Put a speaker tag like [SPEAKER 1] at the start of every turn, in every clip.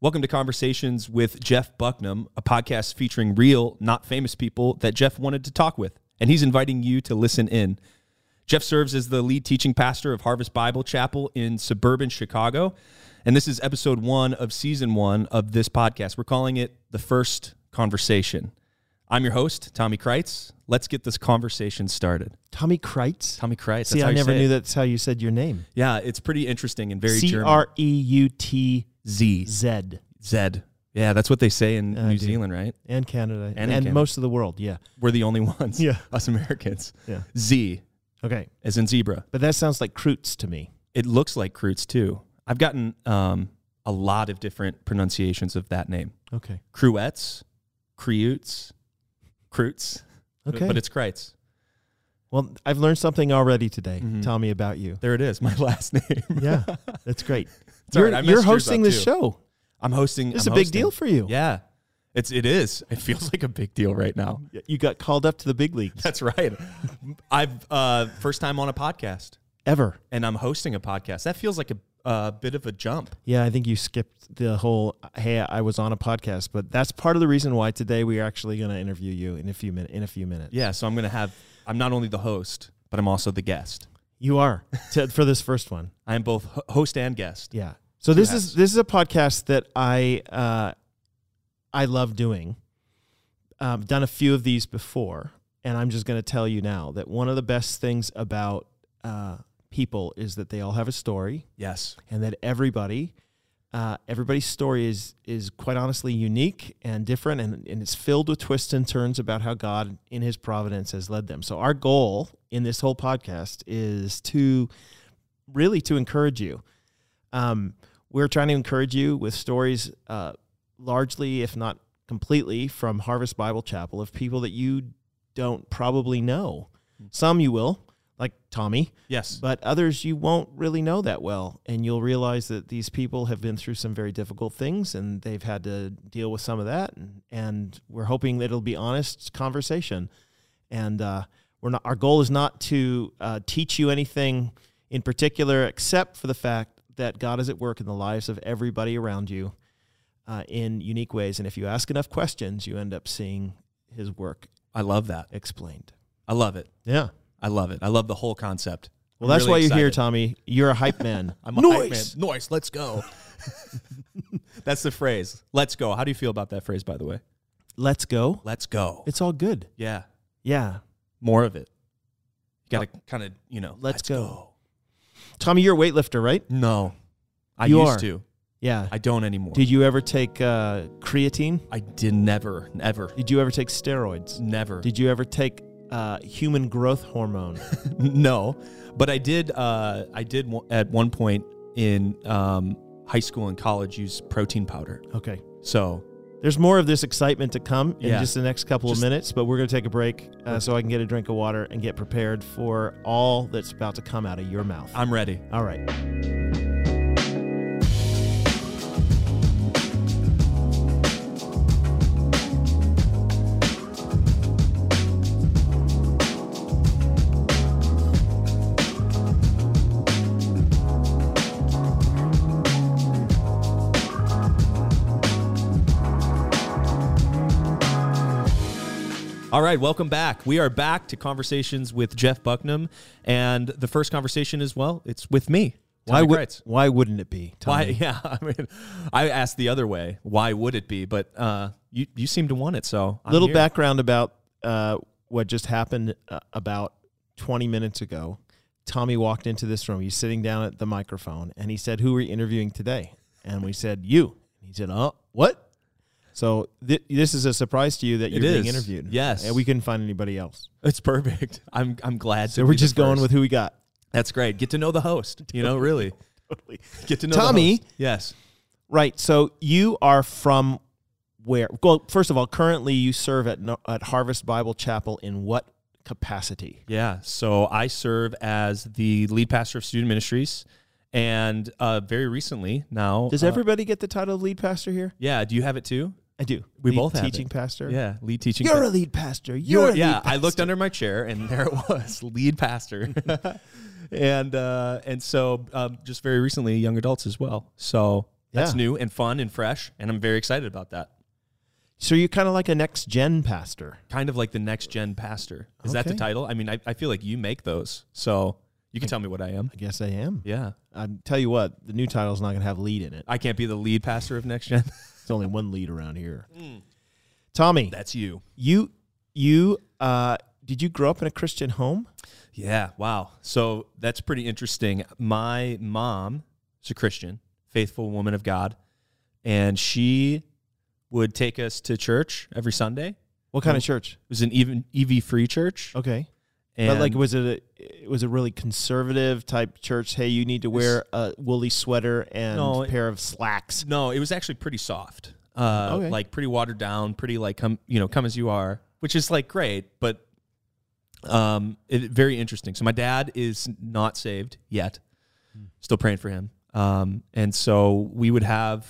[SPEAKER 1] Welcome to Conversations with Jeff Bucknam, a podcast featuring real, not famous people that Jeff wanted to talk with, and he's inviting you to listen in. Jeff serves as the lead teaching pastor of Harvest Bible Chapel in suburban Chicago, and this is episode one of season one of this podcast. We're calling it The First Conversation. I'm your host, Tommy Kreitz. Let's get this conversation started.
[SPEAKER 2] Tommy Kreitz.
[SPEAKER 1] Tommy Kreitz.
[SPEAKER 2] See, I never knew that's how you said your name.
[SPEAKER 1] Yeah, it's pretty interesting and very
[SPEAKER 2] C
[SPEAKER 1] German.
[SPEAKER 2] R E U T
[SPEAKER 1] Z.
[SPEAKER 2] Z
[SPEAKER 1] Zed. Yeah, that's what they say in
[SPEAKER 2] Uh,
[SPEAKER 1] New
[SPEAKER 2] dude.
[SPEAKER 1] Zealand, right?
[SPEAKER 2] and Canada and,
[SPEAKER 1] in Canada.
[SPEAKER 2] most of the world. Yeah.
[SPEAKER 1] We're the only ones.
[SPEAKER 2] Yeah.
[SPEAKER 1] Us Americans.
[SPEAKER 2] Yeah.
[SPEAKER 1] Z,
[SPEAKER 2] Okay.
[SPEAKER 1] as in zebra.
[SPEAKER 2] But that sounds like Kreutz to me.
[SPEAKER 1] It looks like Kreutz, too. I've gotten um, a lot of different pronunciations of that name
[SPEAKER 2] Okay.
[SPEAKER 1] Cruets, Creutes, Kreutz. but-
[SPEAKER 2] Okay.
[SPEAKER 1] But it's Kreitz.
[SPEAKER 2] well, I've learned something already today,
[SPEAKER 1] Mhm.
[SPEAKER 2] Tommy, about you.
[SPEAKER 1] There it is, my last name.
[SPEAKER 2] Yeah. That's great.
[SPEAKER 1] It's all
[SPEAKER 2] you're
[SPEAKER 1] right, I messed
[SPEAKER 2] you're
[SPEAKER 1] yours up,
[SPEAKER 2] hosting this
[SPEAKER 1] too.
[SPEAKER 2] show.
[SPEAKER 1] I'm hosting.
[SPEAKER 2] This is
[SPEAKER 1] I'm
[SPEAKER 2] a big
[SPEAKER 1] hosting.
[SPEAKER 2] deal for you.
[SPEAKER 1] Yeah. It's, it is. It feels like a big deal right now.
[SPEAKER 2] Y- You got called up to the big leagues
[SPEAKER 1] That's right. I've uh, first time on a podcast.
[SPEAKER 2] ever.
[SPEAKER 1] and I'm hosting a podcast. That feels like a a bit of a jump.
[SPEAKER 2] Yeah, I think you skipped the whole hey, I was on a podcast, but that's part of the reason why today we are actually going to interview you in a few minutes in a few minutes.
[SPEAKER 1] Yeah, so I'm gonna have. I'm not only the host, but I'm also the guest.
[SPEAKER 2] You are to, for this first one.
[SPEAKER 1] I am both ho- host and guest.
[SPEAKER 2] Yeah. So this
[SPEAKER 1] hats.
[SPEAKER 2] is this is a podcast that I uh, I love doing. Um, done a few of these before, and I'm just going to tell you now that one of the best things about uh, people is that they all have a story,
[SPEAKER 1] Yes,
[SPEAKER 2] and that everybody. Uh, everybody's story is is quite honestly unique and different, and, and it's filled with twists and turns about how God, in His providence, has led them. So our goal in this whole podcast is to really to encourage you. Um, we're trying to encourage you with stories, uh, largely, if not completely, from Harvest Bible Chapel of people that you don't probably know. Some you will, like Tommy,
[SPEAKER 1] yes,
[SPEAKER 2] but others you won't really know that well. And you'll realize that these people have been through some very difficult things and they've had to deal with some of that. And, and we're hoping that it'll be honest conversation. And uh, we're not, our goal is not to uh, teach you anything in particular, except for the fact that God is at work in the lives of everybody around you uh, in unique ways. And if you ask enough questions, you end up seeing his work
[SPEAKER 1] I love that.
[SPEAKER 2] explained.
[SPEAKER 1] I love it.
[SPEAKER 2] Yeah.
[SPEAKER 1] I love it. I love the whole concept.
[SPEAKER 2] Well,
[SPEAKER 1] I'm
[SPEAKER 2] that's
[SPEAKER 1] really
[SPEAKER 2] why you're here,
[SPEAKER 1] excited.
[SPEAKER 2] Tommy. You're a hype man.
[SPEAKER 1] I'm a hype man. Noise. Let's go. That's the phrase. Let's go. How do you feel about that phrase, by the way?
[SPEAKER 2] let's go.
[SPEAKER 1] Let's go.
[SPEAKER 2] It's all good.
[SPEAKER 1] Yeah,
[SPEAKER 2] Yeah.
[SPEAKER 1] more of it. You gotta kind of, you know.
[SPEAKER 2] Let's go. Tommy, you're a weightlifter, right?
[SPEAKER 1] No, I
[SPEAKER 2] You
[SPEAKER 1] used
[SPEAKER 2] are.
[SPEAKER 1] to.
[SPEAKER 2] Yeah.
[SPEAKER 1] I don't anymore.
[SPEAKER 2] Did you ever take uh, creatine?
[SPEAKER 1] I did never, never,
[SPEAKER 2] Did you ever take steroids?
[SPEAKER 1] never.
[SPEAKER 2] Did you ever take uh, human growth hormone?
[SPEAKER 1] no, but I did. Uh, I did w- at one point in um, high school and college use protein powder.
[SPEAKER 2] okay.
[SPEAKER 1] So
[SPEAKER 2] There's more of this excitement to come in
[SPEAKER 1] Yeah.
[SPEAKER 2] just the next couple
[SPEAKER 1] Just-
[SPEAKER 2] of minutes, but we're going to take a break uh, so I can get a drink of water and get prepared for all that's about to come out of your mouth.
[SPEAKER 1] I'm ready.
[SPEAKER 2] all right.
[SPEAKER 1] All right, welcome back. We are back to conversations with Jeff Bucknam, and the first conversation is well, it's with me.
[SPEAKER 2] Why,
[SPEAKER 1] Tommy
[SPEAKER 2] would,
[SPEAKER 1] Kreitz.
[SPEAKER 2] why wouldn't it be?
[SPEAKER 1] Why?
[SPEAKER 2] Tommy?
[SPEAKER 1] Yeah, I mean, I asked the other way. Why would it be? But uh, you you seem to want it, so I'm
[SPEAKER 2] little
[SPEAKER 1] here.
[SPEAKER 2] background about uh, what just happened uh, about 20 minutes ago. Tommy walked into this room. He's sitting down at the microphone and he said, Who are we interviewing today? And we said, You. And he said, Oh, what? So th- this is a surprise to you that you're being
[SPEAKER 1] is.
[SPEAKER 2] interviewed.
[SPEAKER 1] Yes.
[SPEAKER 2] And we couldn't find anybody else.
[SPEAKER 1] It's perfect. I'm I'm glad.
[SPEAKER 2] So we're just going with who we got.
[SPEAKER 1] That's great. Get to know the host. You know, really
[SPEAKER 2] Totally.
[SPEAKER 1] get to know
[SPEAKER 2] Tommy.
[SPEAKER 1] The host. Yes.
[SPEAKER 2] Right. So you are from where? Well, first of all, currently you serve at, No- at Harvest Bible Chapel in what capacity?
[SPEAKER 1] Yeah. So I serve as the lead pastor of student ministries. And uh, very recently now.
[SPEAKER 2] Does
[SPEAKER 1] uh,
[SPEAKER 2] everybody get the title of lead pastor here?
[SPEAKER 1] Yeah. Do you have it too?
[SPEAKER 2] I do.
[SPEAKER 1] We
[SPEAKER 2] Lead
[SPEAKER 1] both have it.
[SPEAKER 2] teaching pastor.
[SPEAKER 1] Yeah. Lead teaching.
[SPEAKER 2] You're
[SPEAKER 1] pa-
[SPEAKER 2] a lead pastor. You're,
[SPEAKER 1] You're-
[SPEAKER 2] a
[SPEAKER 1] yeah.
[SPEAKER 2] lead
[SPEAKER 1] I looked
[SPEAKER 2] pastor.
[SPEAKER 1] under my chair and there it was lead pastor. and uh, and so um, just very recently, young adults as well. So That's
[SPEAKER 2] Yeah.
[SPEAKER 1] new and fun and fresh, and I'm very excited about that.
[SPEAKER 2] So you're kind of like a next gen pastor.
[SPEAKER 1] Kind of like the next gen pastor. Is that the
[SPEAKER 2] Okay.
[SPEAKER 1] title? I mean, I, I feel like you make those, so you can tell me what I am.
[SPEAKER 2] I guess I am.
[SPEAKER 1] Yeah,
[SPEAKER 2] I tell you what, the new title's not going to have lead in it.
[SPEAKER 1] I can't be the lead pastor of next gen.
[SPEAKER 2] It's only one lead around here. Tommy,
[SPEAKER 1] That's you.
[SPEAKER 2] you you uh did you grow up in a Christian home?
[SPEAKER 1] Yeah. Wow. So that's pretty interesting. My mom is a Christian, faithful woman of God, and she would take us to church every Sunday.
[SPEAKER 2] What kind of church?
[SPEAKER 1] It was an even EV free church.
[SPEAKER 2] Okay.
[SPEAKER 1] And
[SPEAKER 2] but like was it a it was a really conservative type church? Hey, you need to wear a woolly sweater and
[SPEAKER 1] No,
[SPEAKER 2] a pair of slacks.
[SPEAKER 1] No, it was actually pretty soft. Uh,
[SPEAKER 2] Okay.
[SPEAKER 1] Like pretty watered down, pretty like come you know come as you are, which is like great, but um, it, very interesting. So my dad is not saved yet,
[SPEAKER 2] Hmm.
[SPEAKER 1] still praying for him. Um, and so we would have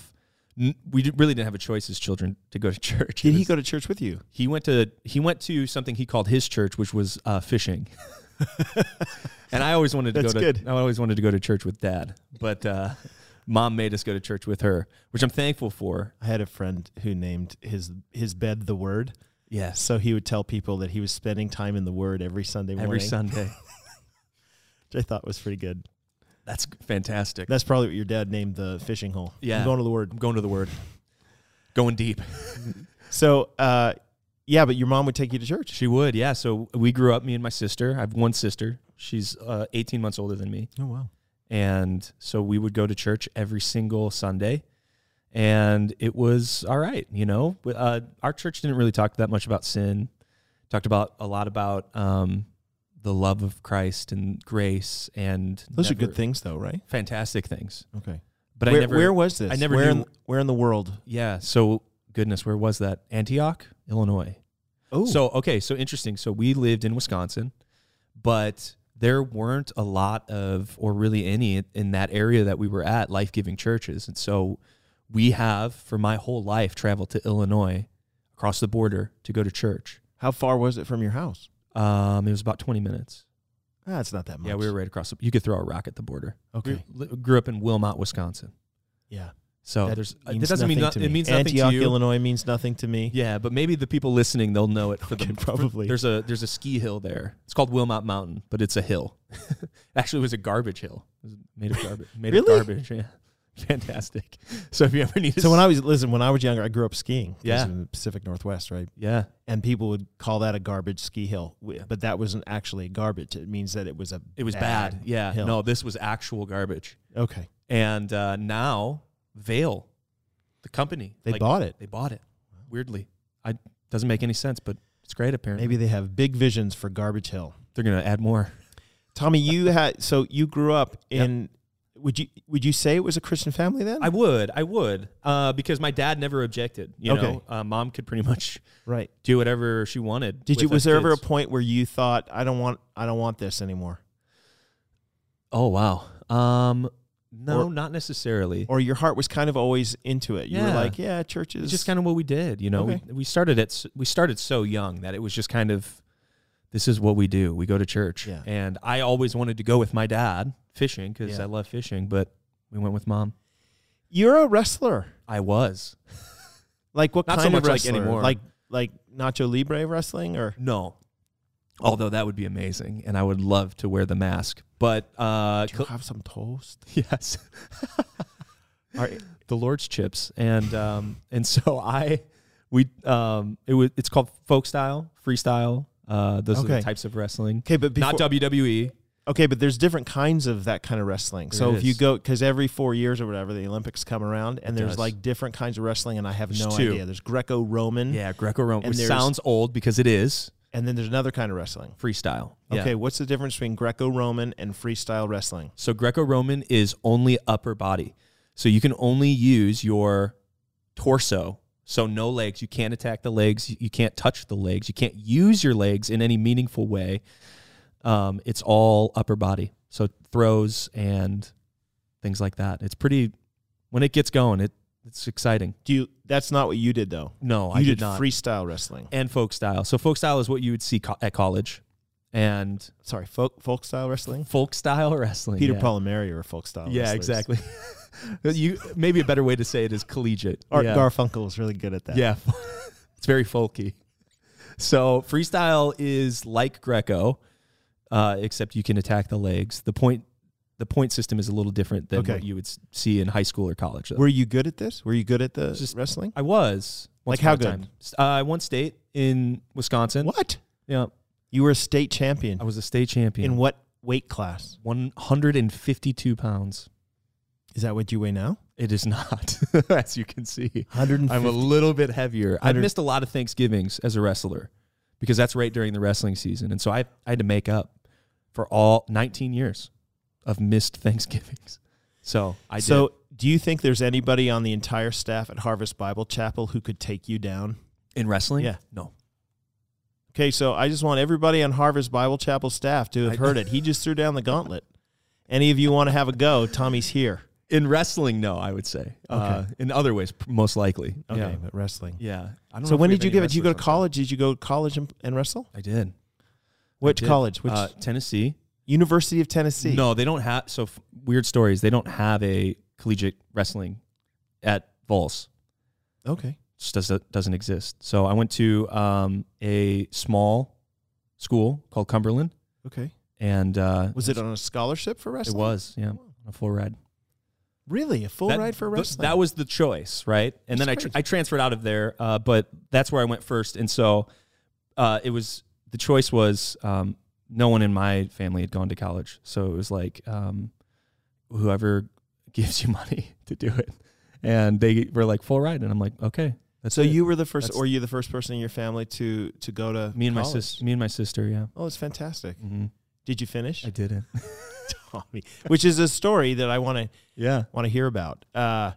[SPEAKER 1] n- we di- really didn't have a choice as children to go to church. It
[SPEAKER 2] Did he
[SPEAKER 1] was-
[SPEAKER 2] go to church with you?
[SPEAKER 1] He went to he went to something he called his church, which was uh, fishing. and I always wanted to
[SPEAKER 2] That's
[SPEAKER 1] go to
[SPEAKER 2] good.
[SPEAKER 1] I always wanted to go to church with dad, but uh, mom made us go to church with her, which I'm thankful for.
[SPEAKER 2] I had a friend who named his his bed the Word,
[SPEAKER 1] Yes,
[SPEAKER 2] so he would tell people that he was spending time in the Word every Sunday morning,
[SPEAKER 1] every Sunday.
[SPEAKER 2] which I thought was pretty good.
[SPEAKER 1] That's fantastic.
[SPEAKER 2] That's probably what your dad named the fishing hole. I'm
[SPEAKER 1] Yeah.
[SPEAKER 2] going to the Word.
[SPEAKER 1] I'm going to the word. Going deep.
[SPEAKER 2] So, uh, yeah, but your mom would take you to church.
[SPEAKER 1] She would, yeah. So we grew up, me and my sister. I have one sister. She's uh, 18 months older than me.
[SPEAKER 2] Oh wow!
[SPEAKER 1] And so we would go to church every single Sunday. And it was all right, you know. W- Uh, our church didn't really talk that much about sin. Talked about a lot about um, the love of Christ and grace, and
[SPEAKER 2] Those are
[SPEAKER 1] never-
[SPEAKER 2] good things, though, right?
[SPEAKER 1] fantastic things.
[SPEAKER 2] Okay.
[SPEAKER 1] But
[SPEAKER 2] where,
[SPEAKER 1] I never,
[SPEAKER 2] where was this?
[SPEAKER 1] I never
[SPEAKER 2] where
[SPEAKER 1] knew-
[SPEAKER 2] In, where in the world?
[SPEAKER 1] yeah. So goodness, where was that? Antioch, Illinois.
[SPEAKER 2] Oh,
[SPEAKER 1] So okay, so interesting. So we lived in Wisconsin, but there weren't a lot of or really any in that area that we were at life-giving churches. And so we have for my whole life traveled to Illinois across the border to go to church.
[SPEAKER 2] how far was it from your house?
[SPEAKER 1] Um, it was about 20 minutes.
[SPEAKER 2] Ah, it's not that much.
[SPEAKER 1] Yeah, we were right across. The, you could throw a rock at the border. We
[SPEAKER 2] okay.
[SPEAKER 1] li- grew up in Wilmot, Wisconsin.
[SPEAKER 2] Yeah,
[SPEAKER 1] So
[SPEAKER 2] That
[SPEAKER 1] there's uh,
[SPEAKER 2] means
[SPEAKER 1] that doesn't mean
[SPEAKER 2] nothing
[SPEAKER 1] no-
[SPEAKER 2] to
[SPEAKER 1] it
[SPEAKER 2] me.
[SPEAKER 1] means nothing
[SPEAKER 2] Antioch,
[SPEAKER 1] to you.
[SPEAKER 2] Illinois means nothing to me.
[SPEAKER 1] Yeah, but maybe the people listening they'll know it for
[SPEAKER 2] Okay,
[SPEAKER 1] the for-
[SPEAKER 2] probably.
[SPEAKER 1] there's a there's a ski hill there. It's called Wilmot Mountain, but it's a hill. Actually, it was a garbage hill. It was made of garbage. Made
[SPEAKER 2] Really?
[SPEAKER 1] of garbage. Yeah, fantastic. So if you ever need, a
[SPEAKER 2] So when
[SPEAKER 1] s-
[SPEAKER 2] I was listen, when I was younger, I grew up skiing. I
[SPEAKER 1] Yeah.
[SPEAKER 2] was in the Pacific Northwest, right?
[SPEAKER 1] yeah,
[SPEAKER 2] And people would call that a garbage ski hill, W- but that wasn't actually garbage. It means that it was a
[SPEAKER 1] it was bad. Yeah,
[SPEAKER 2] hill.
[SPEAKER 1] no, this was actual garbage.
[SPEAKER 2] Okay,
[SPEAKER 1] And uh, now Vale, the company,
[SPEAKER 2] they
[SPEAKER 1] like,
[SPEAKER 2] bought it.
[SPEAKER 1] They bought it. Weirdly, I doesn't make any sense, but it's great. Apparently,
[SPEAKER 2] Maybe they have big visions for garbage hill.
[SPEAKER 1] they're gonna add more.
[SPEAKER 2] Tommy, you had so you grew up
[SPEAKER 1] Yep.
[SPEAKER 2] in. Would you would you say it was a Christian family then?
[SPEAKER 1] I would, I would, uh, because my dad never objected. You
[SPEAKER 2] Okay.
[SPEAKER 1] know, uh, mom could pretty much
[SPEAKER 2] right.
[SPEAKER 1] do whatever she wanted.
[SPEAKER 2] Did you?
[SPEAKER 1] with
[SPEAKER 2] Was
[SPEAKER 1] us
[SPEAKER 2] there ever a
[SPEAKER 1] kids.
[SPEAKER 2] point where you thought I don't want I don't want this anymore,
[SPEAKER 1] Oh wow. Um, no,
[SPEAKER 2] Or-
[SPEAKER 1] not necessarily.
[SPEAKER 2] or your heart was kind of always into it? You were
[SPEAKER 1] Yeah.
[SPEAKER 2] like, yeah, churches.
[SPEAKER 1] It's just kind of what we did. You know,
[SPEAKER 2] Okay.
[SPEAKER 1] we, we started at s- we started so young that it was just kind of this is what we do. We go to church,
[SPEAKER 2] Yeah.
[SPEAKER 1] and I always wanted to go with my dad fishing because
[SPEAKER 2] Yeah.
[SPEAKER 1] I love fishing, but we went with mom.
[SPEAKER 2] You're a wrestler.
[SPEAKER 1] I was
[SPEAKER 2] Like what
[SPEAKER 1] Not so
[SPEAKER 2] kind of
[SPEAKER 1] much like
[SPEAKER 2] wrestler?
[SPEAKER 1] anymore.
[SPEAKER 2] Like like Nacho Libre wrestling or
[SPEAKER 1] no. Although that would be amazing, and I would love to wear the mask. But uh,
[SPEAKER 2] Do you
[SPEAKER 1] cl-
[SPEAKER 2] have some toast?
[SPEAKER 1] yes,
[SPEAKER 2] All right.
[SPEAKER 1] the Lord's chips, and um, and so I, we, um, it was it's called folk style, freestyle. Uh, those are
[SPEAKER 2] Okay.
[SPEAKER 1] the types of wrestling,
[SPEAKER 2] Okay, but before,
[SPEAKER 1] not E. WWE.
[SPEAKER 2] okay, but there's different kinds of that kind of wrestling. So
[SPEAKER 1] There
[SPEAKER 2] if you
[SPEAKER 1] is.
[SPEAKER 2] go because every four years or whatever the Olympics come around, and there's
[SPEAKER 1] does.
[SPEAKER 2] like different kinds of wrestling, and I have
[SPEAKER 1] There's
[SPEAKER 2] no
[SPEAKER 1] two.
[SPEAKER 2] idea. There's Greco-Roman,
[SPEAKER 1] Yeah, Greco-Roman,
[SPEAKER 2] And
[SPEAKER 1] which
[SPEAKER 2] there's-
[SPEAKER 1] sounds old because it is
[SPEAKER 2] and then there's another kind of wrestling.
[SPEAKER 1] freestyle. Yeah.
[SPEAKER 2] Okay, what's the difference between Greco-Roman and freestyle wrestling?
[SPEAKER 1] So Greco-Roman is only upper body, so you can only use your torso. So no legs. You can't attack the legs. You- You can't touch the legs. You can't use your legs in any meaningful way. Um, it's all upper body. So throws and things like that. It's pretty. When it gets going, it it's exciting.
[SPEAKER 2] Do you? That's not what you did though.
[SPEAKER 1] No,
[SPEAKER 2] You
[SPEAKER 1] Oh, I
[SPEAKER 2] did,
[SPEAKER 1] did not.
[SPEAKER 2] freestyle wrestling.
[SPEAKER 1] and folk style. So folk style is what you would see co- at college, and
[SPEAKER 2] Sorry, folk folk style wrestling.
[SPEAKER 1] folk style wrestling.
[SPEAKER 2] Peter
[SPEAKER 1] Uh, yeah.
[SPEAKER 2] Paul and Mary are folk style.
[SPEAKER 1] Yeah,
[SPEAKER 2] wrestlers.
[SPEAKER 1] exactly. you maybe a better way to say it is collegiate.
[SPEAKER 2] Art
[SPEAKER 1] yeah.
[SPEAKER 2] Garfunkel is really good at that.
[SPEAKER 1] Yeah, it's very folky. So freestyle is like Greco, uh, except you can attack the legs. The point, the point system is a little different than
[SPEAKER 2] Okay.
[SPEAKER 1] what you would s- see in high school or college. Though.
[SPEAKER 2] Were you good at this? Were you good at the
[SPEAKER 1] Just-
[SPEAKER 2] wrestling?
[SPEAKER 1] I was once
[SPEAKER 2] Like how
[SPEAKER 1] upon a
[SPEAKER 2] good?
[SPEAKER 1] time. S- Uh, I won state in Wisconsin.
[SPEAKER 2] What?
[SPEAKER 1] Yeah,
[SPEAKER 2] You were a state champion.
[SPEAKER 1] I was a state champion.
[SPEAKER 2] In what weight class?
[SPEAKER 1] 152 pounds.
[SPEAKER 2] Is that what you weigh now?
[SPEAKER 1] It is not, as you can see.
[SPEAKER 2] 150.
[SPEAKER 1] I'm a little bit heavier. I
[SPEAKER 2] Hundred-
[SPEAKER 1] missed a lot of Thanksgivings as a wrestler because that's right during the wrestling season, and so I I had to make up for all 19 years of missed Thanksgivings. So I
[SPEAKER 2] so, do you think there's anybody on the entire staff at Harvest Bible Chapel who could take you down?
[SPEAKER 1] did in wrestling.
[SPEAKER 2] Yeah.
[SPEAKER 1] no,
[SPEAKER 2] Okay, so I just want everybody on Harvest Bible Chapel staff to have heard it. He just threw down the gauntlet. Any of you want to have a go? Tommy's here.
[SPEAKER 1] in wrestling, no. I would say uh, in other ways, p- most likely.
[SPEAKER 2] Okay,
[SPEAKER 1] Yeah,
[SPEAKER 2] but wrestling.
[SPEAKER 1] yeah. I don't know
[SPEAKER 2] So
[SPEAKER 1] if
[SPEAKER 2] when
[SPEAKER 1] we have
[SPEAKER 2] did you
[SPEAKER 1] any
[SPEAKER 2] give it? Did you go to
[SPEAKER 1] wrestlers on
[SPEAKER 2] college? Did you go to college and, and wrestle?
[SPEAKER 1] staff. I did.
[SPEAKER 2] Which
[SPEAKER 1] did.
[SPEAKER 2] college? Which
[SPEAKER 1] Uh, Tennessee.
[SPEAKER 2] University of Tennessee?
[SPEAKER 1] No, they don't have. So f- weird stories. They don't have a collegiate wrestling at Vols.
[SPEAKER 2] Okay.
[SPEAKER 1] just does, doesn't exist. So I went to um, a small school called Cumberland,
[SPEAKER 2] Okay.
[SPEAKER 1] and uh,
[SPEAKER 2] Was it on a scholarship for
[SPEAKER 1] it
[SPEAKER 2] wrestling?
[SPEAKER 1] was yeah a full ride.
[SPEAKER 2] Really, a full
[SPEAKER 1] That-
[SPEAKER 2] ride for
[SPEAKER 1] th-
[SPEAKER 2] wrestling?
[SPEAKER 1] that was the choice, right? And then I,
[SPEAKER 2] That's
[SPEAKER 1] tr-
[SPEAKER 2] crazy.
[SPEAKER 1] I transferred out of there, uh, but that's where I went first. And so uh, it was the choice was um, no one in my family had gone to college, so it was like um, whoever gives you money to do it, and they were like full ride, and I'm like okay, that's
[SPEAKER 2] so
[SPEAKER 1] it.
[SPEAKER 2] you were the first,
[SPEAKER 1] That's-
[SPEAKER 2] or you the first person in your family to to go to
[SPEAKER 1] me and my
[SPEAKER 2] college.
[SPEAKER 1] sis, me and my sister, yeah,
[SPEAKER 2] Oh, it's fantastic.
[SPEAKER 1] hmm
[SPEAKER 2] Did you finish?
[SPEAKER 1] I did it,
[SPEAKER 2] Tommy, which is a story that I want to
[SPEAKER 1] yeah.
[SPEAKER 2] want to hear about. Uh,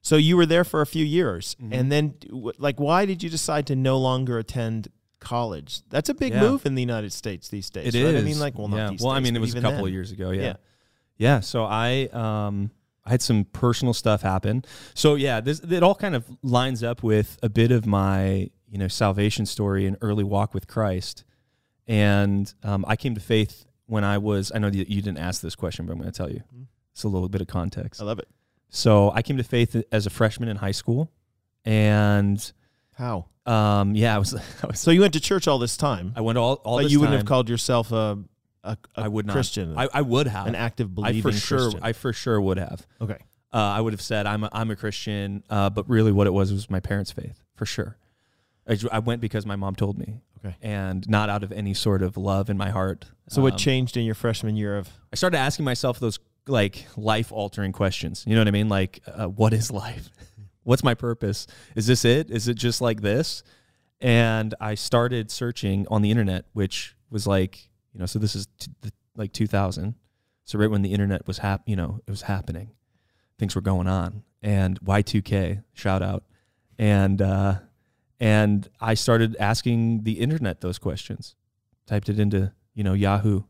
[SPEAKER 2] so you were there for a few years,
[SPEAKER 1] Mm-hmm.
[SPEAKER 2] and then wh- like, why did you decide to no longer attend college? That's a big
[SPEAKER 1] Yeah.
[SPEAKER 2] move in the United States these days.
[SPEAKER 1] It is.
[SPEAKER 2] right? I mean, like, well, not
[SPEAKER 1] yeah.
[SPEAKER 2] these
[SPEAKER 1] well, I
[SPEAKER 2] days,
[SPEAKER 1] mean,
[SPEAKER 2] but
[SPEAKER 1] it was a
[SPEAKER 2] even
[SPEAKER 1] couple
[SPEAKER 2] then.
[SPEAKER 1] of years ago. Yeah.
[SPEAKER 2] Yeah.
[SPEAKER 1] yeah, So I, um, I had some personal stuff happen. So yeah, this it all kind of lines up with a bit of my you know salvation story and early walk with Christ, and um, I came to faith when I was. I know that you didn't ask this question, but I'm going to tell you.
[SPEAKER 2] Mm-hmm.
[SPEAKER 1] It's a little bit of context.
[SPEAKER 2] I love it.
[SPEAKER 1] So I came to faith as a freshman in high school, and
[SPEAKER 2] How?
[SPEAKER 1] um, yeah, I was I was
[SPEAKER 2] So you went to church all this time,
[SPEAKER 1] I went all all
[SPEAKER 2] but
[SPEAKER 1] this
[SPEAKER 2] you wouldn't have
[SPEAKER 1] time-
[SPEAKER 2] called yourself a a, a
[SPEAKER 1] I would not.
[SPEAKER 2] Christian,
[SPEAKER 1] I, I would have
[SPEAKER 2] an active
[SPEAKER 1] I
[SPEAKER 2] believing
[SPEAKER 1] for sure
[SPEAKER 2] Christian.
[SPEAKER 1] I for sure would have.
[SPEAKER 2] okay.
[SPEAKER 1] uh, I would have said I'm a, I'm a Christian, uh, but really what it was was my parents' faith for sure. I, ju- I went because my mom told me,
[SPEAKER 2] Okay.
[SPEAKER 1] and not out of any sort of love in my heart.
[SPEAKER 2] So what
[SPEAKER 1] Um,
[SPEAKER 2] changed in your freshman year of
[SPEAKER 1] I started asking myself those like life altering questions. You know what I mean? Like, uh, what is life? What's my purpose? Is this it? Is it just like this? And I started searching on the internet, which was like, you know, so this is t- the, like 2000. So right when the internet was hap, you know, it was happening, things were going on, and Y2K shout out, and uh, and I started asking the internet those questions. Typed it into you know Yahoo,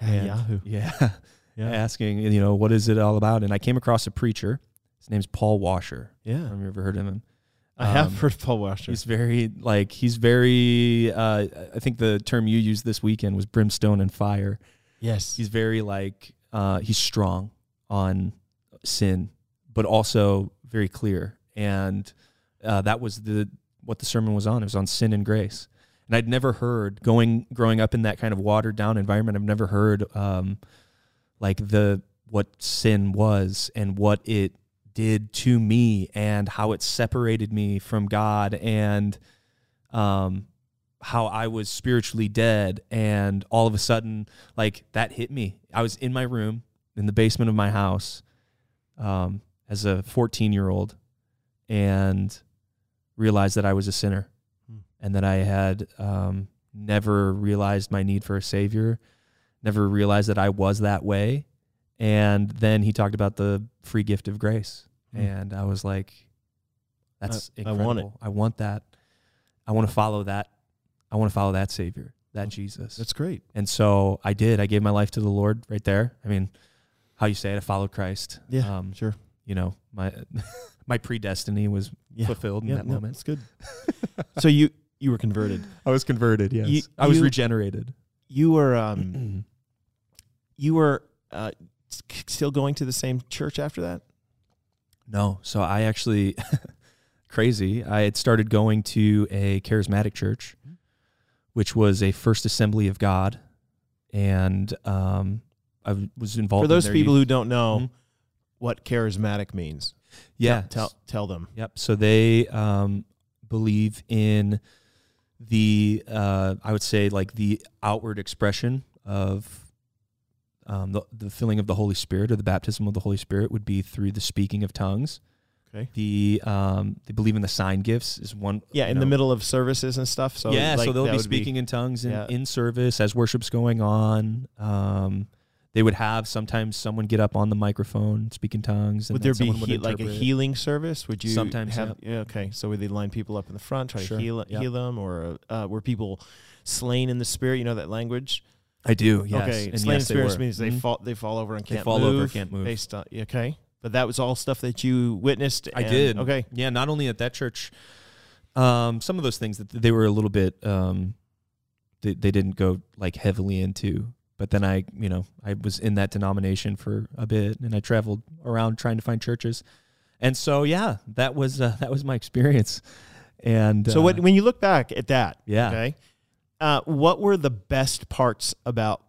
[SPEAKER 1] and-
[SPEAKER 2] Yahoo?
[SPEAKER 1] yeah,
[SPEAKER 2] Yeah.
[SPEAKER 1] asking, you know, what is it all about? And I came across a preacher. His name's Paul Washer. I
[SPEAKER 2] Yeah,
[SPEAKER 1] don't know if you ever heard of him.
[SPEAKER 2] I have
[SPEAKER 1] Um,
[SPEAKER 2] heard of Paul Washer.
[SPEAKER 1] He's very like he's very. Uh, I think the term you used this weekend was brimstone and fire.
[SPEAKER 2] Yes,
[SPEAKER 1] He's very like uh, he's strong on sin, but also very clear. And uh, that was the what the sermon was on. It was on sin and grace. And I'd never heard going growing up in that kind of watered down environment. I've never heard um, like the what sin was and what it did to me and how it separated me from God and um how I was spiritually dead and all of a sudden like that hit me. I was in my room in the basement of my house um as a 14-year-old and realized that I was a sinner
[SPEAKER 2] Hmm.
[SPEAKER 1] and that I had um never realized my need for a savior, never realized that I was that way. And then he talked about the free gift of grace
[SPEAKER 2] Hmm.
[SPEAKER 1] and I was like that's
[SPEAKER 2] I
[SPEAKER 1] incredible.
[SPEAKER 2] want it.
[SPEAKER 1] I want that. I want to follow that. I want to follow that Savior, that Jesus.
[SPEAKER 2] that's great.
[SPEAKER 1] and so I did. I gave my life to the Lord right there. I mean, how you say it, I followed Christ.
[SPEAKER 2] Yeah,
[SPEAKER 1] Um,
[SPEAKER 2] sure.
[SPEAKER 1] you know, my my predestiny was
[SPEAKER 2] Yeah,
[SPEAKER 1] fulfilled in
[SPEAKER 2] yeah,
[SPEAKER 1] that
[SPEAKER 2] no,
[SPEAKER 1] moment.
[SPEAKER 2] That's good. so you you were converted.
[SPEAKER 1] I was converted.
[SPEAKER 2] yes. You-
[SPEAKER 1] I was
[SPEAKER 2] you-
[SPEAKER 1] regenerated.
[SPEAKER 2] you were um, you were uh, s- c- still going to the same church after that.
[SPEAKER 1] No. So I actually, crazy, I had started going to a charismatic church, which was a first assembly of God. And um, I w- was involved
[SPEAKER 2] For those
[SPEAKER 1] in their
[SPEAKER 2] people
[SPEAKER 1] youth-
[SPEAKER 2] who don't know what charismatic means,
[SPEAKER 1] Mm-hmm. yeah.
[SPEAKER 2] tell tell them.
[SPEAKER 1] Yep. So they um, believe in the, uh, I would say, like the outward expression of um, the, the filling of the Holy Spirit or the baptism of the Holy Spirit would be through the speaking of tongues.
[SPEAKER 2] Okay.
[SPEAKER 1] The um, they believe in the sign gifts is one.
[SPEAKER 2] Yeah,
[SPEAKER 1] you
[SPEAKER 2] in
[SPEAKER 1] know,
[SPEAKER 2] the middle of services and stuff. So
[SPEAKER 1] yeah, so
[SPEAKER 2] like,
[SPEAKER 1] they'll
[SPEAKER 2] that
[SPEAKER 1] be
[SPEAKER 2] would
[SPEAKER 1] speaking in tongues in,
[SPEAKER 2] yeah.
[SPEAKER 1] in service as worship's going on. Um, they would have sometimes someone get up on the microphone, speak in tongues. And
[SPEAKER 2] Would
[SPEAKER 1] then
[SPEAKER 2] there be
[SPEAKER 1] someone would
[SPEAKER 2] he- like a
[SPEAKER 1] interpret.
[SPEAKER 2] healing service? Would you
[SPEAKER 1] Sometimes,
[SPEAKER 2] have? Yeah, okay, so would they line people up in the front, try
[SPEAKER 1] Sure,
[SPEAKER 2] to heal
[SPEAKER 1] yeah.
[SPEAKER 2] heal them, or uh, were people slain in the spirit? You know that language.
[SPEAKER 1] I do. Yes.
[SPEAKER 2] Okay,
[SPEAKER 1] and
[SPEAKER 2] slain
[SPEAKER 1] yes,
[SPEAKER 2] in the spirit
[SPEAKER 1] were.
[SPEAKER 2] means they
[SPEAKER 1] Mhm.
[SPEAKER 2] fall they fall over and
[SPEAKER 1] They
[SPEAKER 2] can't
[SPEAKER 1] fall
[SPEAKER 2] move,
[SPEAKER 1] over, can't move.
[SPEAKER 2] Based on okay, but that was all stuff that you witnessed.
[SPEAKER 1] I
[SPEAKER 2] and-
[SPEAKER 1] did.
[SPEAKER 2] Okay,
[SPEAKER 1] Yeah, not only at that church, um, some of those things that they were a little bit, um, they, they didn't go like heavily into. But then I, you know, I was in that denomination for a bit, and I traveled around trying to find churches, and so yeah, that was uh, that was my experience. And
[SPEAKER 2] so
[SPEAKER 1] uh,
[SPEAKER 2] what, when you look back at that,
[SPEAKER 1] Yeah.
[SPEAKER 2] okay, uh, what were the best parts about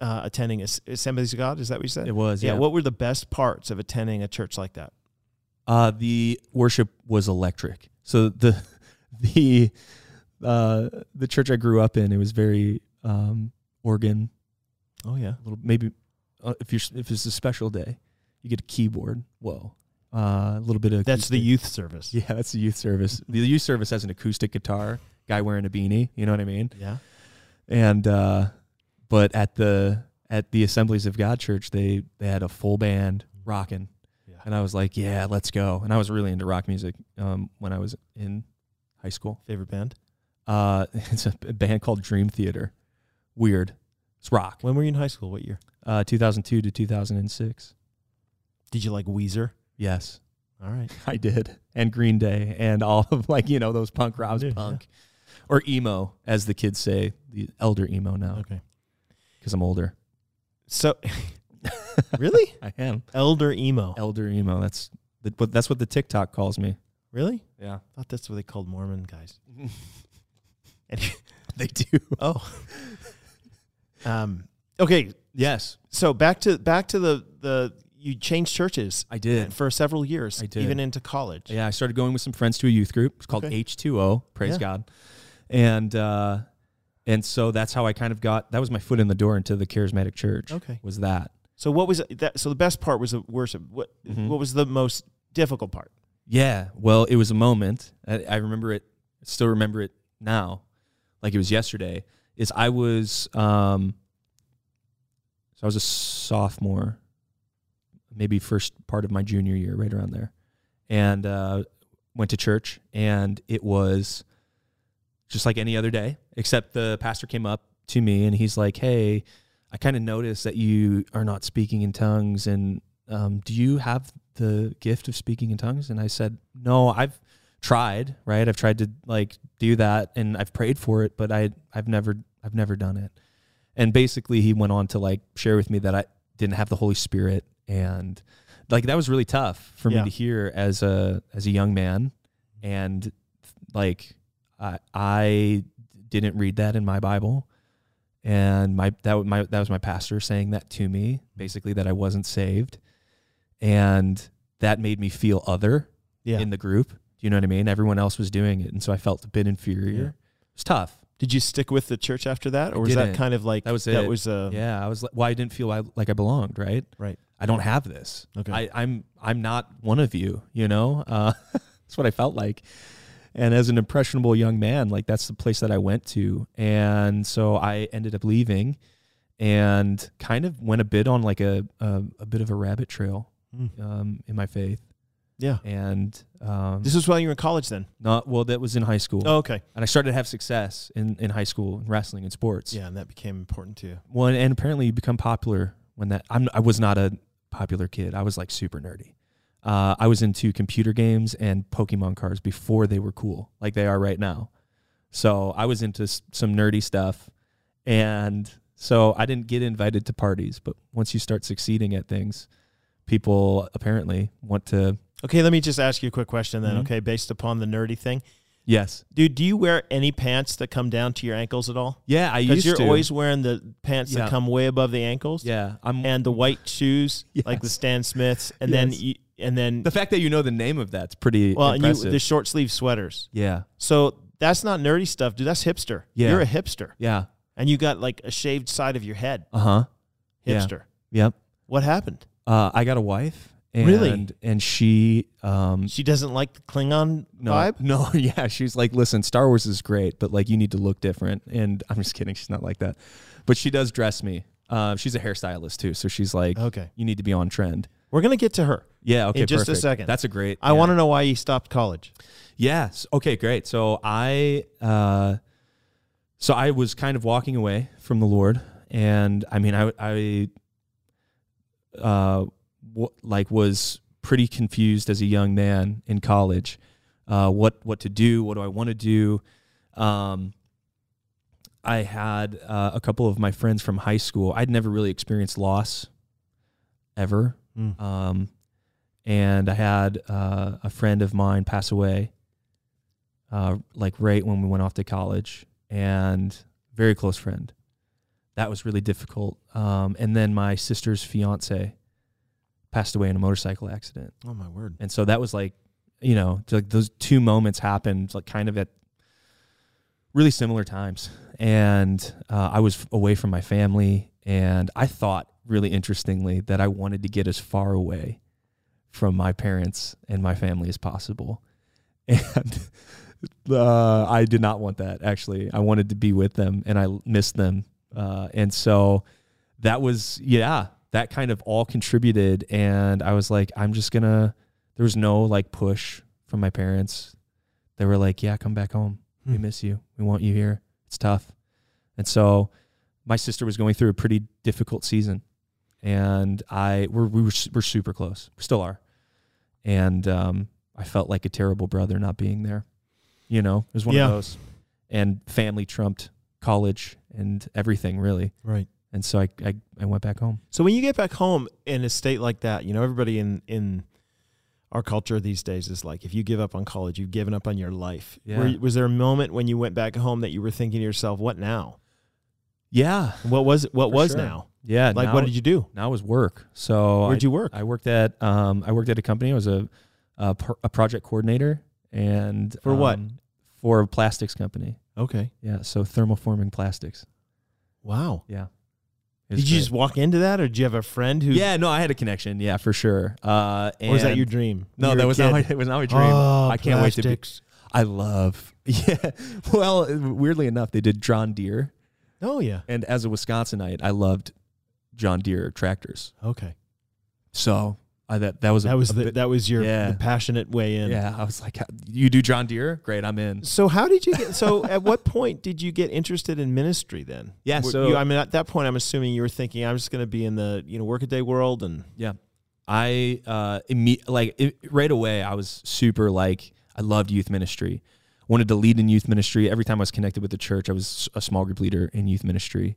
[SPEAKER 2] uh, attending As- Assemblies of God? Is that what you said?
[SPEAKER 1] It was, yeah.
[SPEAKER 2] What were the best parts of attending a church like that?
[SPEAKER 1] Uh, the worship was electric. So the the uh, the church I grew up in, it was very um, organ
[SPEAKER 2] Oh yeah,
[SPEAKER 1] a little maybe uh, if you're if it's a special day, you get a keyboard. Whoa, uh, a little bit of
[SPEAKER 2] that's the
[SPEAKER 1] acoustic.
[SPEAKER 2] youth service.
[SPEAKER 1] Yeah, that's the youth service. the youth service has an acoustic guitar, guy wearing a beanie. You know what I mean?
[SPEAKER 2] yeah.
[SPEAKER 1] And uh, but at the at the Assemblies of God Church, they they had a full band rocking,
[SPEAKER 2] Yeah.
[SPEAKER 1] and I was like, yeah, let's go. And I was really into rock music um, when I was in high school.
[SPEAKER 2] Favorite band?
[SPEAKER 1] Uh, it's a band called Dream Theater. Weird. It's rock.
[SPEAKER 2] When were you in high school? What year?
[SPEAKER 1] Uh, 2002 to 2006.
[SPEAKER 2] Did you like Weezer?
[SPEAKER 1] Yes.
[SPEAKER 2] All right.
[SPEAKER 1] I did, and Green Day, and all of like you know those punk rock, I was
[SPEAKER 2] Yeah.
[SPEAKER 1] punk, or emo, as the kids say, the elder emo now
[SPEAKER 2] Okay.
[SPEAKER 1] because I'm older.
[SPEAKER 2] So, really,
[SPEAKER 1] I am
[SPEAKER 2] elder emo?
[SPEAKER 1] elder emo. That's the, but that's what the TikTok calls me.
[SPEAKER 2] Really?
[SPEAKER 1] Yeah,
[SPEAKER 2] I thought that's what they called Mormon guys.
[SPEAKER 1] they do.
[SPEAKER 2] Oh. um. Okay.
[SPEAKER 1] Yes,
[SPEAKER 2] So back to back to the the you changed churches
[SPEAKER 1] I did.
[SPEAKER 2] for several years,
[SPEAKER 1] I did.
[SPEAKER 2] even into college.
[SPEAKER 1] Yeah, I started going with some friends to a youth group. It's called
[SPEAKER 2] Okay.
[SPEAKER 1] H2O. Praise
[SPEAKER 2] Yeah.
[SPEAKER 1] God, and uh, and so that's how I kind of got. That was my foot in the door into the charismatic church.
[SPEAKER 2] Okay.
[SPEAKER 1] was that?
[SPEAKER 2] So what was that? So the best part was the worship. What
[SPEAKER 1] Mhm.
[SPEAKER 2] what was the most difficult part?
[SPEAKER 1] Yeah. Well, it was a moment. I, I remember it. Still remember it now, like it was yesterday. Is I was um, so I was a sophomore, maybe first part of my junior year, right around there, and uh, went to church, and it was just like any other day, except the pastor came up to me and he's like, "Hey, I kind of noticed that you are not speaking in tongues, and um, do you have the gift of speaking in tongues?" And I said, "No, I've tried, right? I've tried to like do that, and I've prayed for it, but I I've never I've never done it." And basically, he went on to like share with me that I didn't have the Holy Spirit, and like that was really tough for
[SPEAKER 2] Yeah.
[SPEAKER 1] me to hear as a as a young man, and like I I didn't read that in my Bible and my that was my that was my pastor saying that to me,
[SPEAKER 2] Mm-hmm.
[SPEAKER 1] basically that I wasn't saved, and that made me feel other
[SPEAKER 2] Yeah.
[SPEAKER 1] in the group. Do you know what I mean? Everyone else was doing it, and so I felt a bit inferior.
[SPEAKER 2] Yeah.
[SPEAKER 1] It was tough.
[SPEAKER 2] Did you stick with the church after that,
[SPEAKER 1] I
[SPEAKER 2] or was that
[SPEAKER 1] didn't.
[SPEAKER 2] kind of like
[SPEAKER 1] That was
[SPEAKER 2] that
[SPEAKER 1] it.
[SPEAKER 2] was uh,
[SPEAKER 1] yeah, I was like, well, I didn't feel I, like I belonged, right?
[SPEAKER 2] Right.
[SPEAKER 1] I don't have this.
[SPEAKER 2] Okay.
[SPEAKER 1] I, I'm I'm not one of you. You know, uh, that's what I felt like. And as an impressionable young man, like that's the place that I went to, and so I ended up leaving, and kind of went a bit on like a a, a bit of a rabbit trail
[SPEAKER 2] Mm.
[SPEAKER 1] um, in my faith,
[SPEAKER 2] yeah.
[SPEAKER 1] Mm-hmm. and um,
[SPEAKER 2] This was while you were in college then.
[SPEAKER 1] not well. That was in high school,
[SPEAKER 2] Oh, okay.
[SPEAKER 1] and I started to have success in in high school in wrestling and sports.
[SPEAKER 2] Yeah, and that became important to you.
[SPEAKER 1] Well, and- and apparently you become popular when that. I'm, I was not a popular kid. I was like super nerdy. Uh, I was into computer games and Pokemon cards before they were cool, like they are right now. So I was into s- some nerdy stuff, And so I didn't get invited to parties, but once you start succeeding at things, people apparently want to.
[SPEAKER 2] Okay, let me just ask you a quick question then,
[SPEAKER 1] Mhm.
[SPEAKER 2] okay, based upon the nerdy thing.
[SPEAKER 1] Yes.
[SPEAKER 2] Dude, do you wear any pants that come down to your ankles at all?
[SPEAKER 1] Yeah, I
[SPEAKER 2] Because
[SPEAKER 1] used
[SPEAKER 2] you're
[SPEAKER 1] to.
[SPEAKER 2] always wearing the pants
[SPEAKER 1] Yeah.
[SPEAKER 2] that come way above the ankles.
[SPEAKER 1] yeah, I'm.
[SPEAKER 2] And the white shoes, like the
[SPEAKER 1] Yes.
[SPEAKER 2] Stan Smiths, and then
[SPEAKER 1] Yes.
[SPEAKER 2] you, and then
[SPEAKER 1] the fact that you know the name of that's pretty
[SPEAKER 2] well, and you,
[SPEAKER 1] impressive.
[SPEAKER 2] the short sleeve sweaters.
[SPEAKER 1] yeah,
[SPEAKER 2] So that's not nerdy stuff, dude. That's hipster.
[SPEAKER 1] Yeah.
[SPEAKER 2] You're a hipster,
[SPEAKER 1] yeah,
[SPEAKER 2] and you got like a shaved side of your head.
[SPEAKER 1] uh huh, Yeah.
[SPEAKER 2] Hipster.
[SPEAKER 1] yep.
[SPEAKER 2] What happened?
[SPEAKER 1] Uh, I got a wife, and,
[SPEAKER 2] Really?
[SPEAKER 1] and she um,
[SPEAKER 2] She doesn't like the Klingon
[SPEAKER 1] no,
[SPEAKER 2] vibe.
[SPEAKER 1] No, yeah, she's like, listen, Star Wars is great, but like you need to look different. And I'm just kidding, she's not like that, but she does dress me. Uh, she's a hairstylist too, so she's like,
[SPEAKER 2] Okay,
[SPEAKER 1] you need to be on trend.
[SPEAKER 2] we're gonna get to her.
[SPEAKER 1] Yeah, okay,
[SPEAKER 2] In just a
[SPEAKER 1] perfect.
[SPEAKER 2] second.
[SPEAKER 1] That's a great.
[SPEAKER 2] I want to know why you stopped college.
[SPEAKER 1] Yes. Okay, great. So I uh so I was kind of walking away from the Lord and I mean I I uh w- like was pretty confused as a young man in college. Uh what what to do, what do I want to do? Um I had uh, a couple of my friends from high school. I'd never really experienced loss ever.
[SPEAKER 2] Mm.
[SPEAKER 1] Um, and I had uh, a friend of mine pass away, uh, like right when we went off to college, and very close friend. That was really difficult. Um, and then my sister's fiance passed away in a motorcycle accident,
[SPEAKER 2] Oh my word.
[SPEAKER 1] and so that was like, you know, like those two moments happened like kind of at really similar times, and uh, I was away from my family, and I thought really interestingly that I wanted to get as far away from my parents and my family as possible. And uh, I did not want that, actually. I wanted to be with them and I missed them. Uh, and so that was, yeah, that kind of all contributed. And I was like, I'm just going to, there was no like push from my parents. They were like, yeah, come back home. We
[SPEAKER 2] Hmm.
[SPEAKER 1] miss you. We want you here. It's tough. And so my sister was going through a pretty difficult season. And I, we're, we were, we're super close. We still are and um, I felt like a terrible brother not being there. You know, it was one
[SPEAKER 2] Yeah.
[SPEAKER 1] of those, and family trumped college and everything really,
[SPEAKER 2] Right.
[SPEAKER 1] and so I I, I went back home.
[SPEAKER 2] So when you get back home in a state like that, you know everybody in in our culture these days is like, if you give up on college, you've given up on your life.
[SPEAKER 1] Yeah.
[SPEAKER 2] Were- was there a moment when you went back home that you were thinking to yourself, "What now?
[SPEAKER 1] Yeah,
[SPEAKER 2] What was what
[SPEAKER 1] For
[SPEAKER 2] was
[SPEAKER 1] sure.
[SPEAKER 2] now?
[SPEAKER 1] yeah.
[SPEAKER 2] Like, what did you do?
[SPEAKER 1] Now was work. So I,
[SPEAKER 2] Where'd you work?
[SPEAKER 1] I worked at um I worked at a company. I was a a, pro- a project coordinator and
[SPEAKER 2] For what?
[SPEAKER 1] um, for a plastics company.
[SPEAKER 2] okay.
[SPEAKER 1] Yeah, so thermoforming plastics.
[SPEAKER 2] Wow.
[SPEAKER 1] Yeah. It
[SPEAKER 2] Did
[SPEAKER 1] was
[SPEAKER 2] you
[SPEAKER 1] great.
[SPEAKER 2] just walk into that, or did you have a friend who?
[SPEAKER 1] Yeah, no, I had a connection. Yeah, for sure. Uh,
[SPEAKER 2] Or was that
[SPEAKER 1] and-
[SPEAKER 2] your dream? Oh.
[SPEAKER 1] No, that was not. My, it was not my dream. I can't wait to be. I love. Yeah. Well, weirdly enough, they did John Deere,
[SPEAKER 2] Oh yeah.
[SPEAKER 1] and as a Wisconsinite, I loved John Deere tractors.
[SPEAKER 2] Okay.
[SPEAKER 1] So I, that that was a,
[SPEAKER 2] That was
[SPEAKER 1] a
[SPEAKER 2] the,
[SPEAKER 1] bit-
[SPEAKER 2] that was your
[SPEAKER 1] Yeah.
[SPEAKER 2] the passionate way in.
[SPEAKER 1] yeah. I was like, you do John Deere, great, I'm in.
[SPEAKER 2] So how did you get? So at what point did you get interested in ministry then?
[SPEAKER 1] Yeah,
[SPEAKER 2] Were
[SPEAKER 1] so-
[SPEAKER 2] you, I mean, at that point, I'm assuming you were thinking I'm just going to be in the you know workaday world and
[SPEAKER 1] Yeah. I uh imme- like it, right away I was super like I loved youth ministry. Wanted to lead in youth ministry. Every time I was connected with the church, I was a small group leader in youth ministry.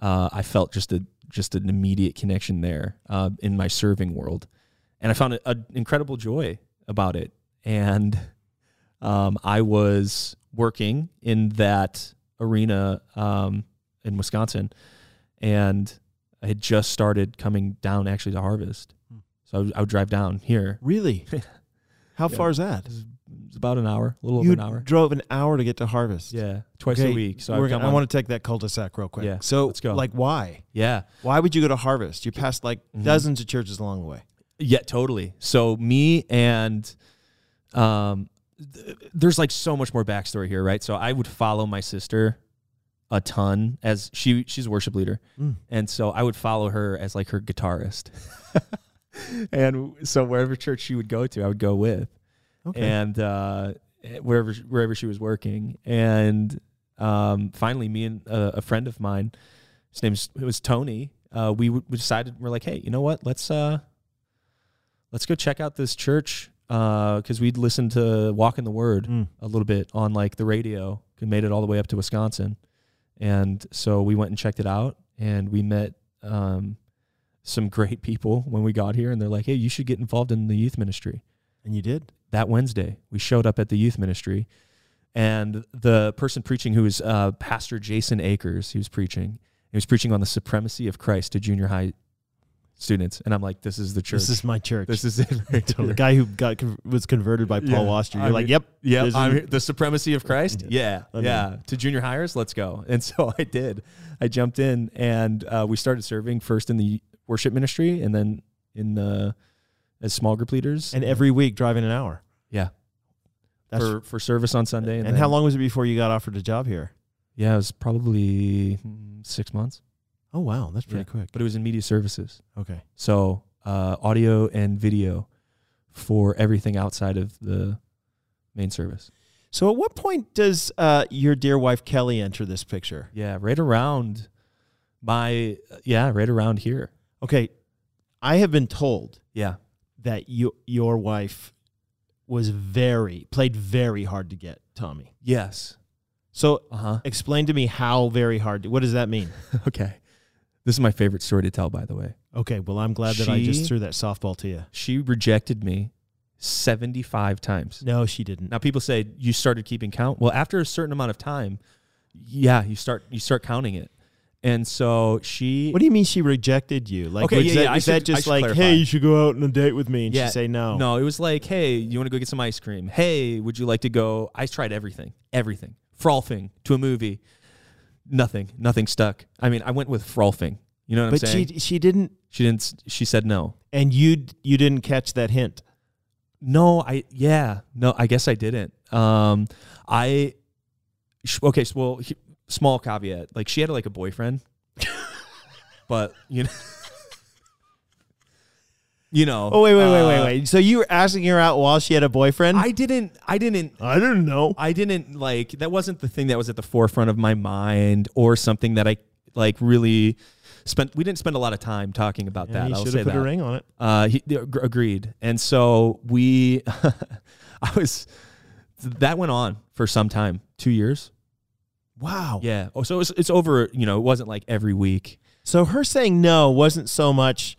[SPEAKER 1] Uh, I felt just a just an immediate connection there uh, in my serving world, and I found an incredible joy about it. And um, I was working in that arena um, in Wisconsin, and I had just started coming down actually to harvest.
[SPEAKER 2] Hmm.
[SPEAKER 1] So I would, I would drive down here.
[SPEAKER 2] really, how
[SPEAKER 1] Yeah.
[SPEAKER 2] far is
[SPEAKER 1] It
[SPEAKER 2] that?
[SPEAKER 1] was, it was about an hour, a little
[SPEAKER 2] you
[SPEAKER 1] over an hour.
[SPEAKER 2] drove an hour to get to harvest.
[SPEAKER 1] Yeah, twice
[SPEAKER 2] Okay,
[SPEAKER 1] a week. So I
[SPEAKER 2] we're
[SPEAKER 1] would
[SPEAKER 2] gonna-
[SPEAKER 1] come
[SPEAKER 2] I
[SPEAKER 1] on-
[SPEAKER 2] want to take that cul-de-sac real quick.
[SPEAKER 1] Yeah,
[SPEAKER 2] So
[SPEAKER 1] let's go.
[SPEAKER 2] Like why?
[SPEAKER 1] Yeah,
[SPEAKER 2] Why would you go to harvest? You passed like
[SPEAKER 1] Mhm.
[SPEAKER 2] dozens of churches along the way.
[SPEAKER 1] yeah, totally. So me and um, th- there's like so much more backstory here, right? So I would follow my sister a ton as she she's a worship leader. and so I would follow her as like her guitarist. and so wherever church she would go to, I would go with,
[SPEAKER 2] Okay.
[SPEAKER 1] and uh, wherever wherever she was working. And um, finally, me and uh, a friend of mine, his name is- it was Tony. Uh, we, w- we decided we're like, hey, you know what? Let's uh, let's go check out this church because we'd listened to Walk in the Word
[SPEAKER 2] Mm.
[SPEAKER 1] a little bit on like the radio. We made it all the way up to Wisconsin, And so we went and checked it out, and we met um, some great people when we got here, and they're like, "Hey, you should get involved in the youth ministry."
[SPEAKER 2] And you did.
[SPEAKER 1] That Wednesday, we showed up at the youth ministry, and the person preaching, who was uh, Pastor Jason Akers, he was preaching. He was preaching on the supremacy of Christ to junior high students, and I'm like, "This is the church.
[SPEAKER 2] This is my church.
[SPEAKER 1] This is it." Right
[SPEAKER 2] the
[SPEAKER 1] here.
[SPEAKER 2] guy who got con- was converted by Paul
[SPEAKER 1] Yeah,
[SPEAKER 2] Washer. You're
[SPEAKER 1] I
[SPEAKER 2] like,
[SPEAKER 1] mean-
[SPEAKER 2] yep,
[SPEAKER 1] Yeah,
[SPEAKER 2] this
[SPEAKER 1] I'm
[SPEAKER 2] is-
[SPEAKER 1] here. the supremacy of Christ. Yeah,
[SPEAKER 2] I
[SPEAKER 1] yeah.
[SPEAKER 2] mean-
[SPEAKER 1] To junior hires, let's go. And so I did. I jumped in, and uh, we started serving first in the worship ministry, and then in the as small group leaders.
[SPEAKER 2] And every week driving an hour.
[SPEAKER 1] yeah,
[SPEAKER 2] That's
[SPEAKER 1] for for service on Sunday. And,
[SPEAKER 2] and
[SPEAKER 1] then-
[SPEAKER 2] how long was it before you got offered a job here?
[SPEAKER 1] Yeah, it was probably mm, six months,
[SPEAKER 2] Oh wow, that's pretty
[SPEAKER 1] Yeah.
[SPEAKER 2] quick.
[SPEAKER 1] but it was in media services,
[SPEAKER 2] Okay.
[SPEAKER 1] so uh, audio and video for everything outside of the main service.
[SPEAKER 2] So at what point does uh, your dear wife Kelly enter this picture?
[SPEAKER 1] Yeah, right around my yeah, right around here.
[SPEAKER 2] Okay, I have been told
[SPEAKER 1] Yeah.
[SPEAKER 2] that you your wife was very played very hard to get Tommy.
[SPEAKER 1] Yes.
[SPEAKER 2] So
[SPEAKER 1] Uh huh.
[SPEAKER 2] explain to me how very hard. What does that mean?
[SPEAKER 1] Okay. This is my favorite story to tell, by the way.
[SPEAKER 2] Okay, well I'm glad that I just
[SPEAKER 1] She-
[SPEAKER 2] threw that softball to you.
[SPEAKER 1] She rejected me 75 times.
[SPEAKER 2] No, she didn't.
[SPEAKER 1] Now people say you started keeping count. Well, after a certain amount of time, yeah, you start you start counting it. And so she
[SPEAKER 2] What do you mean she rejected you? Like,
[SPEAKER 1] Okay,
[SPEAKER 2] was
[SPEAKER 1] yeah,
[SPEAKER 2] that,
[SPEAKER 1] yeah, I
[SPEAKER 2] was that
[SPEAKER 1] should- I
[SPEAKER 2] just
[SPEAKER 1] should
[SPEAKER 2] like,
[SPEAKER 1] clarify.
[SPEAKER 2] hey, you should go out on a date with me? And
[SPEAKER 1] Yeah,
[SPEAKER 2] she say no.
[SPEAKER 1] No, it was like, "Hey, you want to go get some ice cream? Hey, would you like to go?" I tried everything. Everything. Frolfing to a movie. Nothing. Nothing stuck. I mean, I went with frolfing. You know what
[SPEAKER 2] but
[SPEAKER 1] I'm saying?
[SPEAKER 2] she she didn't,
[SPEAKER 1] she didn't s- she said no.
[SPEAKER 2] and you you didn't catch that hint.
[SPEAKER 1] No, I yeah, no, I guess I didn't. Um, I sh- okay. So well, he, small caveat. Like she had like a boyfriend, but you know, you know.
[SPEAKER 2] Oh wait, wait, wait, wait,
[SPEAKER 1] uh,
[SPEAKER 2] wait. So you were asking her out while she had a boyfriend?
[SPEAKER 1] I didn't. I didn't.
[SPEAKER 2] I didn't know.
[SPEAKER 1] I didn't like that wasn't the thing that was at the forefront of my mind or something that I like really spent we didn't spend a lot of time talking about
[SPEAKER 2] Yeah,
[SPEAKER 1] that.
[SPEAKER 2] you
[SPEAKER 1] I'll
[SPEAKER 2] should
[SPEAKER 1] say
[SPEAKER 2] have put
[SPEAKER 1] that.
[SPEAKER 2] a ring on it.
[SPEAKER 1] Uh, he ag- agreed, and so we, I was, that went on for some time, two years.
[SPEAKER 2] Wow.
[SPEAKER 1] Yeah. Oh, so it's it's over. You know, it wasn't like every week.
[SPEAKER 2] So her saying no wasn't so much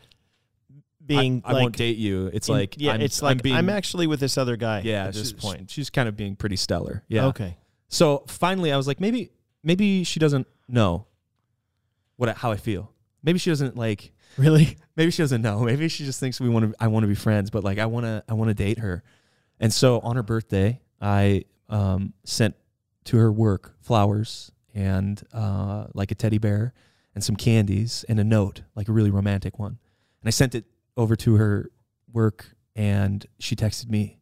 [SPEAKER 2] being
[SPEAKER 1] I, I
[SPEAKER 2] like,
[SPEAKER 1] won't date you. It's
[SPEAKER 2] in-
[SPEAKER 1] like
[SPEAKER 2] yeah,
[SPEAKER 1] I'm,
[SPEAKER 2] it's like
[SPEAKER 1] I'm being
[SPEAKER 2] actually with this other guy.
[SPEAKER 1] yeah
[SPEAKER 2] at this
[SPEAKER 1] she's-
[SPEAKER 2] point.
[SPEAKER 1] She's kind of being pretty stellar. Yeah.
[SPEAKER 2] Okay.
[SPEAKER 1] So finally, I was like, maybe maybe she doesn't know what I, how I feel. Maybe she doesn't like.
[SPEAKER 2] Really?
[SPEAKER 1] Maybe she doesn't know. Maybe she just thinks we want to. I want to be friends, but like I want to. I want to date her. And so on her birthday, I um, sent to her work flowers and uh, like a teddy bear and some candies and a note, like a really romantic one. And I sent it over to her work, and she texted me,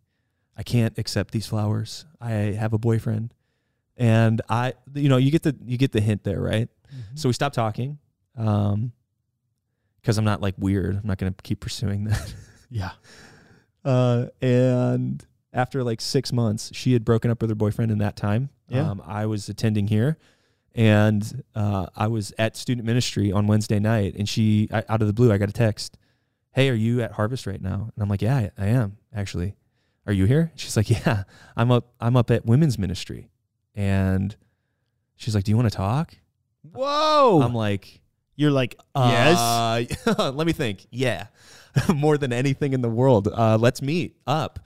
[SPEAKER 1] "I can't accept these flowers. I have a boyfriend." And I, you know, you get the you get the hint there, right?
[SPEAKER 2] Mm-hmm.
[SPEAKER 1] So we stopped talking, um, because I'm not like weird. I'm not gonna keep pursuing that.
[SPEAKER 2] Yeah.
[SPEAKER 1] Uh, and after like six months, she had broken up with her boyfriend in that time.
[SPEAKER 2] Yeah.
[SPEAKER 1] Um, I was attending here and uh, I was at student ministry on Wednesday night. And she, I, out of the blue, I got a text Hey, are you at Harvest right now? And I'm like, Yeah, I, I am actually. Are you here? She's like, Yeah, I'm up, I'm up at women's ministry. And she's like, Do you want to talk?
[SPEAKER 2] Whoa.
[SPEAKER 1] I'm like,
[SPEAKER 2] You're like,
[SPEAKER 1] Uh,
[SPEAKER 2] yes.
[SPEAKER 1] yes. Uh, let me think. Yeah. More than anything in the world. Uh, let's meet up.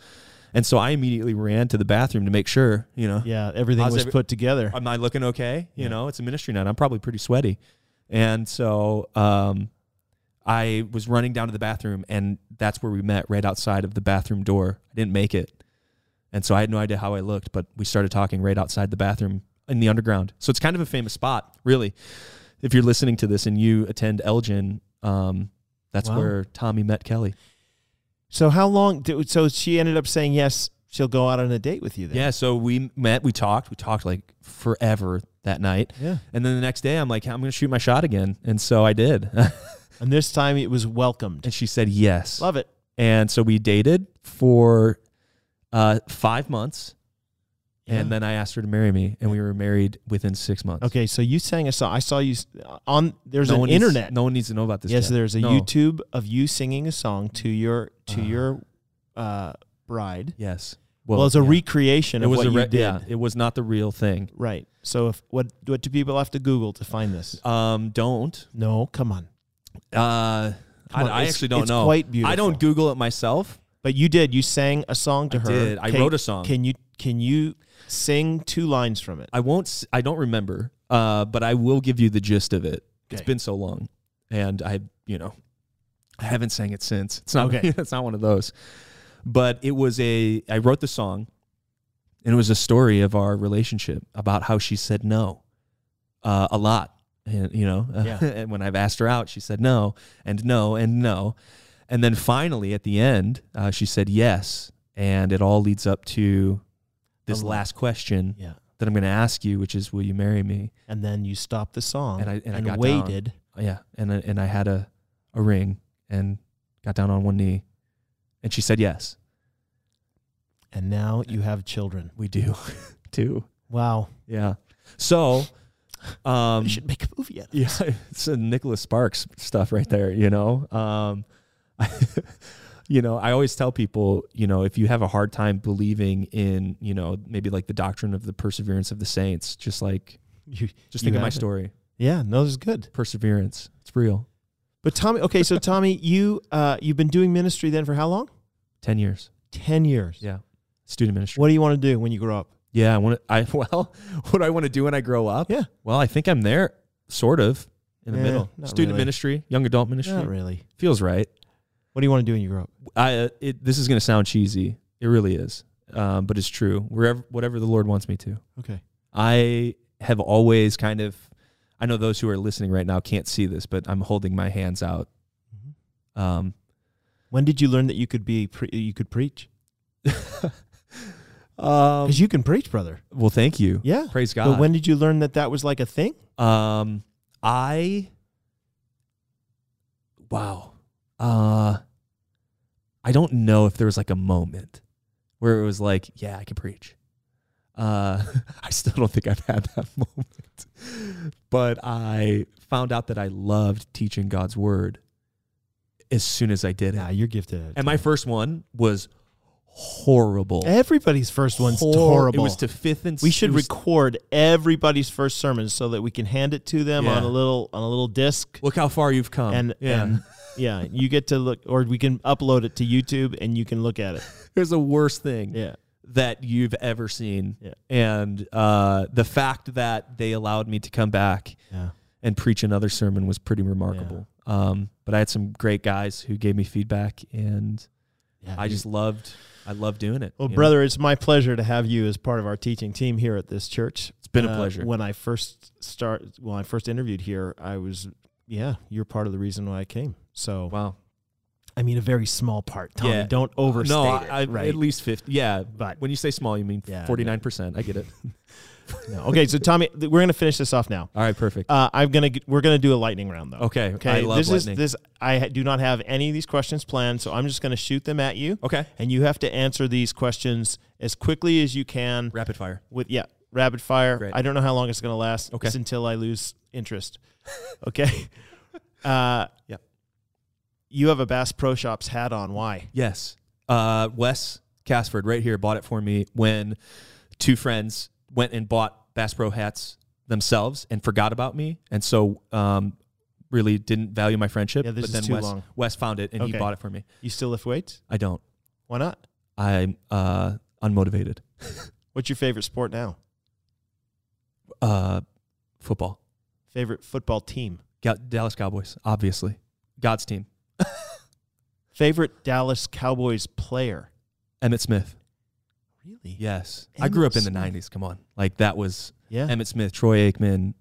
[SPEAKER 1] And so I immediately ran to the bathroom to make sure, you know,
[SPEAKER 2] Yeah, everything
[SPEAKER 1] How's
[SPEAKER 2] was
[SPEAKER 1] every- uh,
[SPEAKER 2] put together.
[SPEAKER 1] am I looking okay? You
[SPEAKER 2] Yeah.
[SPEAKER 1] know, it's a ministry night. I'm probably pretty sweaty. And so um, I was running down to the bathroom, and that's where we met, right outside of the bathroom door. I didn't make it. And so I had no idea how I looked, but we started talking right outside the bathroom in the underground. So it's kind of a famous spot, really. If you're listening to this and you attend Elgin, um, that's
[SPEAKER 2] Wow.
[SPEAKER 1] where Tommy met Kelly.
[SPEAKER 2] So how long? Did, so she ended up saying yes. She'll go out on a date with you then.
[SPEAKER 1] Yeah, so we met, we talked, we talked like forever that night.
[SPEAKER 2] Yeah.
[SPEAKER 1] And then the next day, I'm like, I'm going to shoot my shot again. And so I did.
[SPEAKER 2] And this time it was welcomed.
[SPEAKER 1] and she said yes.
[SPEAKER 2] Love it.
[SPEAKER 1] And so we dated for uh, five months. And
[SPEAKER 2] Yeah.
[SPEAKER 1] then I asked her to marry me. And we were married within six months.
[SPEAKER 2] Okay, so you sang a song. I saw you s- uh, on. There's
[SPEAKER 1] No
[SPEAKER 2] an
[SPEAKER 1] one needs-
[SPEAKER 2] internet.
[SPEAKER 1] no one needs to know about this.
[SPEAKER 2] yes,
[SPEAKER 1] yet.
[SPEAKER 2] there's a
[SPEAKER 1] No. Uh-huh.
[SPEAKER 2] YouTube of you singing a song to your to
[SPEAKER 1] Uh.
[SPEAKER 2] your uh, bride,
[SPEAKER 1] Yes.
[SPEAKER 2] Well, it's a recreation
[SPEAKER 1] It
[SPEAKER 2] of
[SPEAKER 1] was
[SPEAKER 2] what
[SPEAKER 1] a
[SPEAKER 2] you
[SPEAKER 1] re-
[SPEAKER 2] did.
[SPEAKER 1] yeah, it was not the real thing.
[SPEAKER 2] Right. So if what what do people have to Google to find this?
[SPEAKER 1] Um, don't.
[SPEAKER 2] No, come on.
[SPEAKER 1] Uh, I,
[SPEAKER 2] on,
[SPEAKER 1] I
[SPEAKER 2] it's-
[SPEAKER 1] actually don't
[SPEAKER 2] it's
[SPEAKER 1] know.
[SPEAKER 2] quite
[SPEAKER 1] I
[SPEAKER 2] beautiful.
[SPEAKER 1] don't Google it myself.
[SPEAKER 2] But you did. You sang a song to her.
[SPEAKER 1] did. I
[SPEAKER 2] Uh-huh. Can-
[SPEAKER 1] wrote a song.
[SPEAKER 2] Can you can you sing two lines from it?
[SPEAKER 1] I won't. s- I don't remember. Uh, but I will give you the gist of it. It's
[SPEAKER 2] Okay.
[SPEAKER 1] been so long, and I, you know, I haven't sang it since. It's not.
[SPEAKER 2] Okay.
[SPEAKER 1] it's not one of those. But it was a. I wrote the song, and it was a story of our relationship about how she said no, uh, a lot. And you know,
[SPEAKER 2] Yeah.
[SPEAKER 1] and when I've asked her out, she said no and no and no, and then finally at the end, uh, she said yes, and it all leads up to this
[SPEAKER 2] A-
[SPEAKER 1] last question
[SPEAKER 2] Yeah.
[SPEAKER 1] that I'm going to ask you, which is, will you marry me?
[SPEAKER 2] And then you stopped the song
[SPEAKER 1] And I- and I got down.
[SPEAKER 2] waited.
[SPEAKER 1] Yeah, and I- and I had a a ring and got down on one knee, and she said yes.
[SPEAKER 2] And now you have children.
[SPEAKER 1] We do, too.
[SPEAKER 2] Wow.
[SPEAKER 1] Yeah. So, um,
[SPEAKER 2] we should make a movie out of it.
[SPEAKER 1] yeah, it's a Nicholas Sparks stuff right there. You know, um, you know, I always tell people, you know, if you have a hard time believing in, you know, maybe like the doctrine of the perseverance of the saints, just like
[SPEAKER 2] You-
[SPEAKER 1] just
[SPEAKER 2] you
[SPEAKER 1] think of my
[SPEAKER 2] have it.
[SPEAKER 1] story,
[SPEAKER 2] Yeah, no, this is good.
[SPEAKER 1] perseverance. It's real.
[SPEAKER 2] But Tommy, okay, so Tommy, you uh, you've been doing ministry then for how long?
[SPEAKER 1] Ten years.
[SPEAKER 2] Ten years.
[SPEAKER 1] Yeah. Student ministry.
[SPEAKER 2] What do you want to do when you grow up?
[SPEAKER 1] Yeah, I want to. I well, what do I want to do when I grow up?
[SPEAKER 2] Yeah.
[SPEAKER 1] Well, I think I'm there, sort of, in the
[SPEAKER 2] Yeah,
[SPEAKER 1] middle.
[SPEAKER 2] not
[SPEAKER 1] Student
[SPEAKER 2] really.
[SPEAKER 1] ministry, young adult ministry
[SPEAKER 2] Not really.
[SPEAKER 1] feels right.
[SPEAKER 2] What do you want to do when you grow up?
[SPEAKER 1] I uh, it, this is going to sound cheesy. It really is, um, but it's true. Wherever, whatever the Lord wants me to.
[SPEAKER 2] Okay.
[SPEAKER 1] I have always kind of. I know those who are listening right now can't see this, but I'm holding my hands out.
[SPEAKER 2] Mm-hmm.
[SPEAKER 1] Um,
[SPEAKER 2] When did you learn that you could be pre- you could preach?
[SPEAKER 1] um,
[SPEAKER 2] Because you can preach, brother.
[SPEAKER 1] well, thank you.
[SPEAKER 2] Um, Yeah.
[SPEAKER 1] Praise Oh. God.
[SPEAKER 2] But when did you learn that that was like a thing?
[SPEAKER 1] Um, I. Wow. Uh, I don't know if there was like a moment where it was like, yeah, I can preach. Uh, I still don't think I've had that moment, but I found out that I loved teaching God's word as soon as I did it.
[SPEAKER 2] Nah, you're gifted. at it.
[SPEAKER 1] And my first one was horrible.
[SPEAKER 2] Everybody's first one's
[SPEAKER 1] Hor-
[SPEAKER 2] horrible.
[SPEAKER 1] It was to fifth and
[SPEAKER 2] we should
[SPEAKER 1] it was-
[SPEAKER 2] record everybody's first sermon so that we can hand it to them
[SPEAKER 1] Yeah.
[SPEAKER 2] on a little on a little disc.
[SPEAKER 1] look how far you've come.
[SPEAKER 2] and yeah. and yeah, you get to look, or we can upload it to YouTube and you can look at it.
[SPEAKER 1] it was the worst thing.
[SPEAKER 2] Yeah,
[SPEAKER 1] that you've ever seen.
[SPEAKER 2] Yeah.
[SPEAKER 1] And uh, the fact that they allowed me to come back
[SPEAKER 2] yeah,
[SPEAKER 1] and preach another sermon was pretty remarkable. Um, but I had some great guys who gave me feedback, and
[SPEAKER 2] yeah.
[SPEAKER 1] I just loved, I loved doing it.
[SPEAKER 2] well,
[SPEAKER 1] you know?
[SPEAKER 2] brother, it's my pleasure to have you as part of our teaching team here at this church.
[SPEAKER 1] it's been a
[SPEAKER 2] Uh,
[SPEAKER 1] pleasure.
[SPEAKER 2] When I first start, when I first interviewed here, I was yeah, you're part of the reason why I came. So
[SPEAKER 1] wow.
[SPEAKER 2] I mean, a very small part, Tommy.
[SPEAKER 1] Yeah.
[SPEAKER 2] Don't overstate
[SPEAKER 1] No,
[SPEAKER 2] it.
[SPEAKER 1] I, I-
[SPEAKER 2] right?
[SPEAKER 1] at least fifty. Yeah,
[SPEAKER 2] But-
[SPEAKER 1] when you say small, you mean
[SPEAKER 2] Yeah,
[SPEAKER 1] forty nine percent. I get it.
[SPEAKER 2] No. Okay, so Tommy, th- we're gonna finish this off now.
[SPEAKER 1] All right, perfect.
[SPEAKER 2] Uh, I'm gonna g- we're gonna do a lightning round though.
[SPEAKER 1] okay,
[SPEAKER 2] Okay.
[SPEAKER 1] I love
[SPEAKER 2] this
[SPEAKER 1] lightning.
[SPEAKER 2] is this. I ha- do not have any of these questions planned, so I'm just gonna shoot them at you.
[SPEAKER 1] okay,
[SPEAKER 2] and you have to answer these questions as quickly as you can
[SPEAKER 1] rapid fire.
[SPEAKER 2] with yeah rapid fire
[SPEAKER 1] Great.
[SPEAKER 2] i don't know how long it's going to last
[SPEAKER 1] Okay.
[SPEAKER 2] it's until i lose interest okay uh
[SPEAKER 1] Yeah.
[SPEAKER 2] you have a bass pro shops hat on why
[SPEAKER 1] Yes. Uh, Wes Casford, right here, bought it for me when two friends went and bought Bass Pro hats themselves and forgot about me. And so, um, really didn't value my friendship.
[SPEAKER 2] Yeah, this
[SPEAKER 1] but
[SPEAKER 2] is
[SPEAKER 1] then
[SPEAKER 2] too
[SPEAKER 1] Wes,
[SPEAKER 2] long.
[SPEAKER 1] Wes found it and he
[SPEAKER 2] Okay.
[SPEAKER 1] bought it for me.
[SPEAKER 2] you still lift weights
[SPEAKER 1] I don't.
[SPEAKER 2] why not
[SPEAKER 1] I'm uh, unmotivated.
[SPEAKER 2] what's your favorite sport now
[SPEAKER 1] Uh, football.
[SPEAKER 2] favorite football team
[SPEAKER 1] Ga- Dallas Cowboys, obviously. God's team.
[SPEAKER 2] favorite dallas cowboys player
[SPEAKER 1] Emmett Smith.
[SPEAKER 2] really
[SPEAKER 1] Yes. I grew up in the
[SPEAKER 2] Emmett
[SPEAKER 1] 90s. Come on. Like, that was
[SPEAKER 2] yeah
[SPEAKER 1] Emmett Smith, Troy Aikman,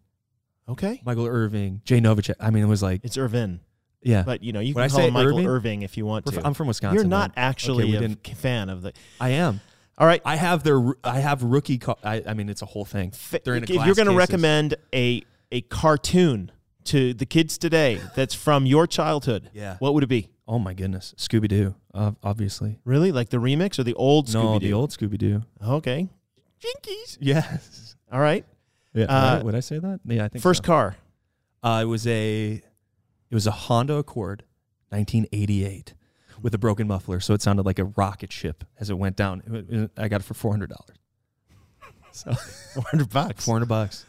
[SPEAKER 2] okay
[SPEAKER 1] Michael Irving, Jay Novacek. I mean, it was like,
[SPEAKER 2] it's irvin
[SPEAKER 1] yeah.
[SPEAKER 2] but you know you
[SPEAKER 1] When I
[SPEAKER 2] can call
[SPEAKER 1] say
[SPEAKER 2] him michael
[SPEAKER 1] Irving,
[SPEAKER 2] irving, if you want
[SPEAKER 1] We're
[SPEAKER 2] to
[SPEAKER 1] fr- I'm from Wisconsin.
[SPEAKER 2] you're not
[SPEAKER 1] man.
[SPEAKER 2] actually
[SPEAKER 1] we
[SPEAKER 2] a
[SPEAKER 1] didn't-
[SPEAKER 2] f- fan of the
[SPEAKER 1] I am.
[SPEAKER 2] all right
[SPEAKER 1] I have their. ro- I have rookie. Co- I, I mean, it's a whole thing.
[SPEAKER 2] fa-
[SPEAKER 1] They're in a
[SPEAKER 2] if you're
[SPEAKER 1] glass
[SPEAKER 2] going to
[SPEAKER 1] cases.
[SPEAKER 2] recommend a a cartoon to the kids today that's from your childhood,
[SPEAKER 1] Yeah.
[SPEAKER 2] what would it be?
[SPEAKER 1] Oh my goodness, Scooby Doo. Uh, obviously.
[SPEAKER 2] Really, like the remix or the old
[SPEAKER 1] No,
[SPEAKER 2] Scooby
[SPEAKER 1] the
[SPEAKER 2] Doo?
[SPEAKER 1] old Scooby Doo.
[SPEAKER 2] Okay, Jinkies.
[SPEAKER 1] Yes.
[SPEAKER 2] All right.
[SPEAKER 1] Yeah.
[SPEAKER 2] Uh,
[SPEAKER 1] right? Would I say that? Yeah, I think
[SPEAKER 2] First
[SPEAKER 1] So.
[SPEAKER 2] car.
[SPEAKER 1] uh, it was a. It was a Honda Accord, 1988, with a broken muffler, so it sounded like a rocket ship as it went down. It wa- it- I got it for four hundred dollars. So
[SPEAKER 2] 400 bucks.
[SPEAKER 1] four hundred bucks.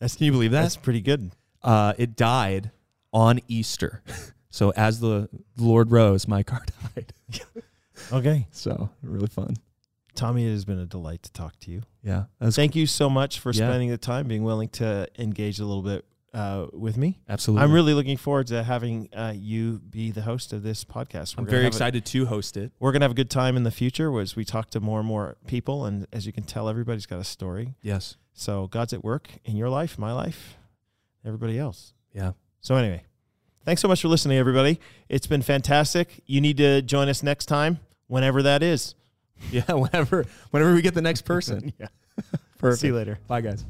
[SPEAKER 1] Can you believe that?
[SPEAKER 2] That's pretty good.
[SPEAKER 1] uh, it died on Easter. So as the Lord rose, my car died.
[SPEAKER 2] Okay.
[SPEAKER 1] So really fun.
[SPEAKER 2] Tommy, it has been a delight to talk to you.
[SPEAKER 1] Yeah, that's
[SPEAKER 2] Thank you so much for
[SPEAKER 1] Yeah.
[SPEAKER 2] spending the time, being willing to engage a little bit uh, with me.
[SPEAKER 1] absolutely.
[SPEAKER 2] I'm really looking forward to having uh, you be the host of this podcast. We're
[SPEAKER 1] I'm
[SPEAKER 2] gonna
[SPEAKER 1] very
[SPEAKER 2] have a-
[SPEAKER 1] excited to host it.
[SPEAKER 2] we're going to have a good time in the future as we talk to more and more people. And as you can tell, everybody's got a story.
[SPEAKER 1] Yes.
[SPEAKER 2] So God's at work in your life, my life, everybody else.
[SPEAKER 1] Yeah.
[SPEAKER 2] So, anyway, thanks so much for listening, everybody. It's been fantastic. You need to join us next time, whenever that is.
[SPEAKER 1] Yeah. Whenever, whenever we get the next person.
[SPEAKER 2] Yeah.
[SPEAKER 1] Perfect.
[SPEAKER 2] See you later.
[SPEAKER 1] Bye, guys.